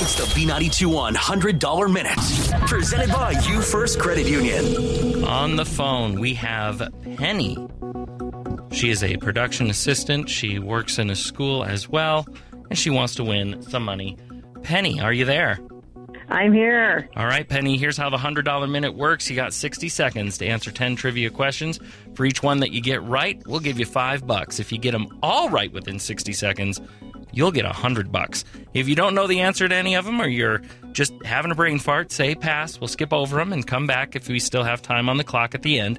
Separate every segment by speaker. Speaker 1: It's the B92 $100 Minute, presented by You First Credit Union.
Speaker 2: On the phone, we have Penny. She is a production assistant. She works in a school as well, and she wants to win some money. Penny, are you there?
Speaker 3: I'm here.
Speaker 2: All right, Penny, here's how the $100 minute works. You got 60 seconds to answer 10 trivia questions. For each one that you get right, we'll give you 5 bucks. If you get them all right within 60 seconds, you'll get 100 bucks. If you don't know the answer to any of them or you're just having a brain fart, say pass. We'll skip over them and come back if we still have time on the clock at the end.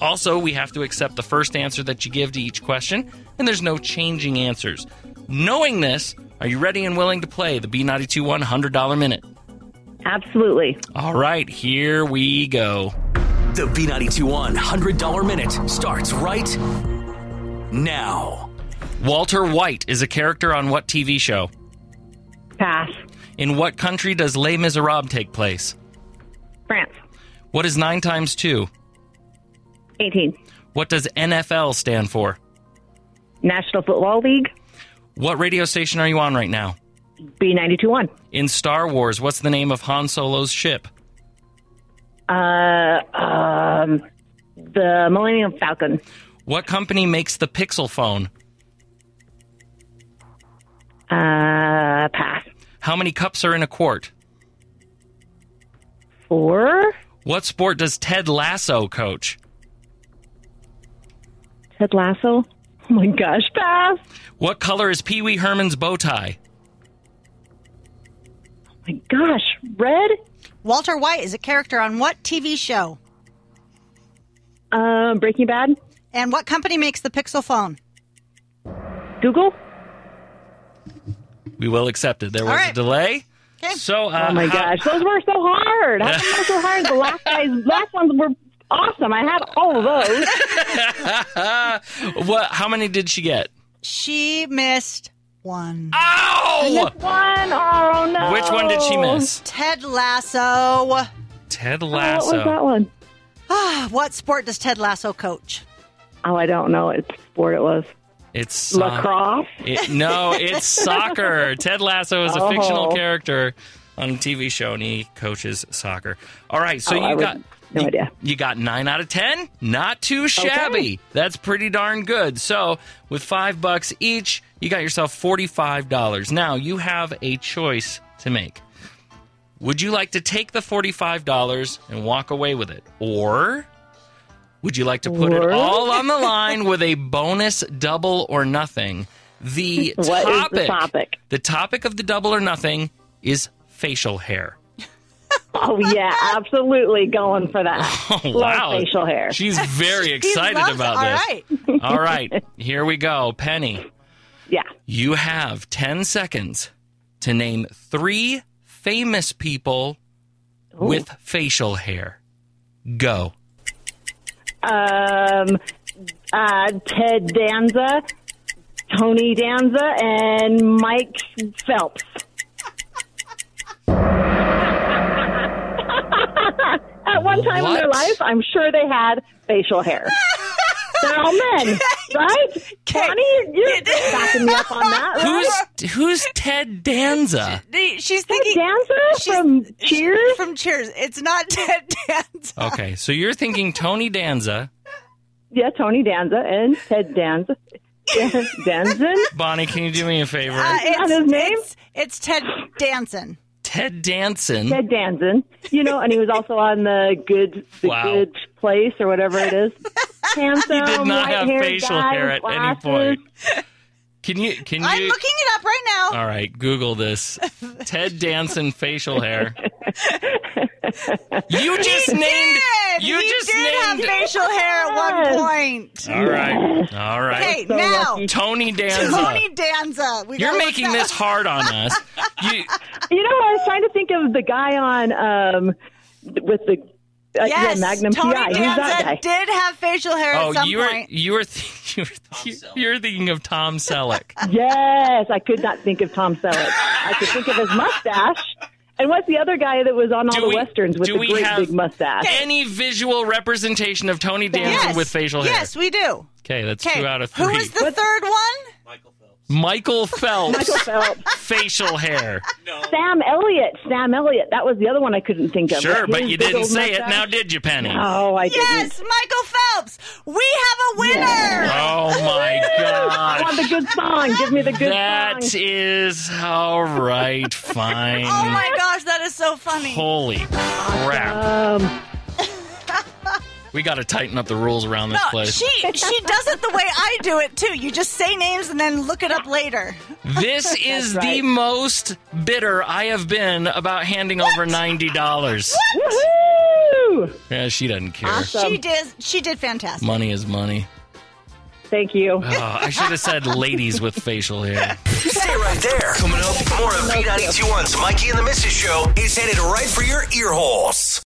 Speaker 2: Also, we have to accept the first answer that you give to each question, and there's no changing answers. Knowing this, are you ready and willing to play the B92 $100 minute?
Speaker 3: Absolutely.
Speaker 2: All right, here we go.
Speaker 1: The B92 $100 Minute starts right now.
Speaker 2: Walter White is a character on what TV show?
Speaker 3: Pass.
Speaker 2: In what country does Les Miserables take place?
Speaker 3: France.
Speaker 2: What is 9 times 2?
Speaker 3: 18.
Speaker 2: What does NFL stand for?
Speaker 3: National Football League.
Speaker 2: What radio station are you on right now?
Speaker 3: B92-1.
Speaker 2: In Star Wars, what's the name of Han Solo's ship?
Speaker 3: Uh, um, the Millennium Falcon.
Speaker 2: What company makes the Pixel phone?
Speaker 3: Uh, pass.
Speaker 2: How many cups are in a quart?
Speaker 3: Four.
Speaker 2: What sport does Ted Lasso coach?
Speaker 3: Ted Lasso. Oh my gosh, pass.
Speaker 2: What color is Pee Wee Herman's bow tie?
Speaker 3: Oh my gosh, red.
Speaker 4: Walter White is a character on what TV show?
Speaker 3: Um, Breaking Bad.
Speaker 4: And what company makes the Pixel phone?
Speaker 3: Google.
Speaker 2: We will accept it. There was
Speaker 4: All
Speaker 2: a
Speaker 4: right.
Speaker 2: delay.
Speaker 4: Okay.
Speaker 2: So, uh,
Speaker 3: Oh my
Speaker 2: how-
Speaker 3: gosh, those were so hard. How come those so hard? The last guys, last ones were awesome. I had all of those.
Speaker 2: What? How many did she get?
Speaker 4: She missed one.
Speaker 2: Ow!
Speaker 3: One. Oh no. Oh,
Speaker 2: Which one did she miss?
Speaker 4: Ted Lasso.
Speaker 2: Ted
Speaker 3: What was that
Speaker 2: Lasso.
Speaker 3: one?
Speaker 4: Ah, what sport does Ted Lasso coach?
Speaker 3: Oh, I don't know. It's sport. It was
Speaker 2: It's so-
Speaker 3: lacrosse.
Speaker 2: it- no, it's soccer. Ted Lasso is a
Speaker 3: Oh.
Speaker 2: fictional character on a TV show, and he coaches soccer. All right, so
Speaker 3: Oh,
Speaker 2: you
Speaker 3: I would-
Speaker 2: got
Speaker 3: no
Speaker 2: you,
Speaker 3: idea.
Speaker 2: You got nine out of ten. Not too shabby. That's pretty darn good. So with five bucks each, you got yourself forty-five dollars. Now you have a choice to make. Would you like to take the $45 and walk away with it? Or would you like to put it
Speaker 3: Or-
Speaker 2: all on the line with a bonus double or nothing? The
Speaker 3: What is the
Speaker 2: topic,
Speaker 3: topic?
Speaker 2: the topic of the double or nothing is facial hair.
Speaker 3: Oh yeah, absolutely going for that.
Speaker 2: Oh,
Speaker 3: Love
Speaker 2: wow.
Speaker 3: facial hair.
Speaker 2: She's very excited
Speaker 4: he loves
Speaker 2: about
Speaker 4: it.
Speaker 2: this.
Speaker 4: All right.
Speaker 2: All right, here we go. Penny,
Speaker 3: Yeah.
Speaker 2: You have 10 seconds to name three famous people with facial hair. Go.
Speaker 3: Um, uh, Ted Danza, Tony Danza, and Mike Phelps. At one time in their
Speaker 2: What?
Speaker 3: life, I'm sure they had facial hair. They're all men, right? Bonnie, you're backing me up on that, right?
Speaker 2: Who's who's Ted Danza?
Speaker 4: She's thinking
Speaker 3: Danza
Speaker 4: she's-
Speaker 3: from Cheers?
Speaker 4: from Cheers. It's not Ted Danza.
Speaker 2: Okay, so you're thinking Tony Danza.
Speaker 3: Yeah, Tony Danza and Ted Danza. Danzen?
Speaker 2: Bonnie, can you do me a favor?
Speaker 4: Uh,
Speaker 3: not his name?
Speaker 4: It's, it's Ted Danson.
Speaker 2: Ted Danson.
Speaker 3: Ted Danzen. You know, and he was also on the Good the
Speaker 2: Wow.
Speaker 3: Good Place or whatever it is. Handsome,
Speaker 2: did not have
Speaker 3: white-haired
Speaker 2: facial
Speaker 3: guy
Speaker 2: hair
Speaker 3: with
Speaker 2: at
Speaker 3: glasses.
Speaker 2: any point. Can you can
Speaker 4: I'm
Speaker 2: you
Speaker 4: looking it up right now.
Speaker 2: All right, Google this. Ted Danson facial hair. You just named
Speaker 4: Did.
Speaker 2: you
Speaker 4: he
Speaker 2: just
Speaker 4: did have
Speaker 2: named
Speaker 4: facial hair at one point.
Speaker 2: All right. All right.
Speaker 4: Okay, now
Speaker 3: lucky.
Speaker 2: Tony Danza.
Speaker 4: Tony Danza. We
Speaker 2: You're
Speaker 4: gotta look
Speaker 2: making
Speaker 4: that
Speaker 2: this
Speaker 4: up.
Speaker 2: hard on us. You,
Speaker 3: You know, I was trying to think of the guy on um, with the uh,
Speaker 4: Yes,
Speaker 3: yeah, Magnum
Speaker 4: Tony
Speaker 3: PI.
Speaker 4: Danza
Speaker 3: Who's that guy?
Speaker 4: did have facial hair at
Speaker 2: oh,
Speaker 4: some
Speaker 2: you were
Speaker 4: point.
Speaker 2: you were th- you were th- you're thinking of Tom Selleck.
Speaker 3: Yes, I could not think of Tom Selleck. I could think of his mustache. And what's the other guy that was on all
Speaker 2: Do
Speaker 3: the
Speaker 2: we-
Speaker 3: westerns with
Speaker 2: do
Speaker 3: the
Speaker 2: we
Speaker 3: great
Speaker 2: have-
Speaker 3: big mustache?
Speaker 2: Any visual representation of Tony Danza
Speaker 4: yes.
Speaker 2: with facial hair?
Speaker 4: Yes, we do.
Speaker 2: Okay, that's
Speaker 4: Okay.
Speaker 2: two out of three.
Speaker 4: Who was the third one?
Speaker 2: Michael Phelps
Speaker 3: Michael Phelps.
Speaker 2: facial hair.
Speaker 3: Sam Elliott. Sam Elliott. That was the other one I couldn't think of.
Speaker 2: Sure,
Speaker 3: That
Speaker 2: but
Speaker 3: huge
Speaker 2: you
Speaker 3: big
Speaker 2: didn't
Speaker 3: old
Speaker 2: say it
Speaker 3: mustache.
Speaker 2: now, did you, Penny?
Speaker 3: Oh, I
Speaker 4: Yes,
Speaker 3: didn't.
Speaker 4: Michael Phelps. We have a winner.
Speaker 2: Oh my
Speaker 3: I want
Speaker 2: gosh.
Speaker 3: the good song. Give me the good
Speaker 2: That
Speaker 3: song.
Speaker 2: is all right, fine.
Speaker 4: Oh my gosh, that is so funny.
Speaker 2: Holy crap.
Speaker 3: Um,
Speaker 2: We got to tighten up the rules around this
Speaker 4: No,
Speaker 2: place.
Speaker 4: she she does it the way I do it too. You just say names and then look it up later.
Speaker 2: This is the
Speaker 3: right.
Speaker 2: most bitter I have been about handing over ninety dollars.
Speaker 3: woohoo!
Speaker 2: Yeah, she doesn't care.
Speaker 3: Awesome.
Speaker 4: She did she did fantastic.
Speaker 2: Money is money.
Speaker 3: Thank you.
Speaker 2: Oh, I should have said ladies with facial hair.
Speaker 1: Stay right there. Coming up, more of B921's Mikey and the Mrs. Show is headed right for your ear holes.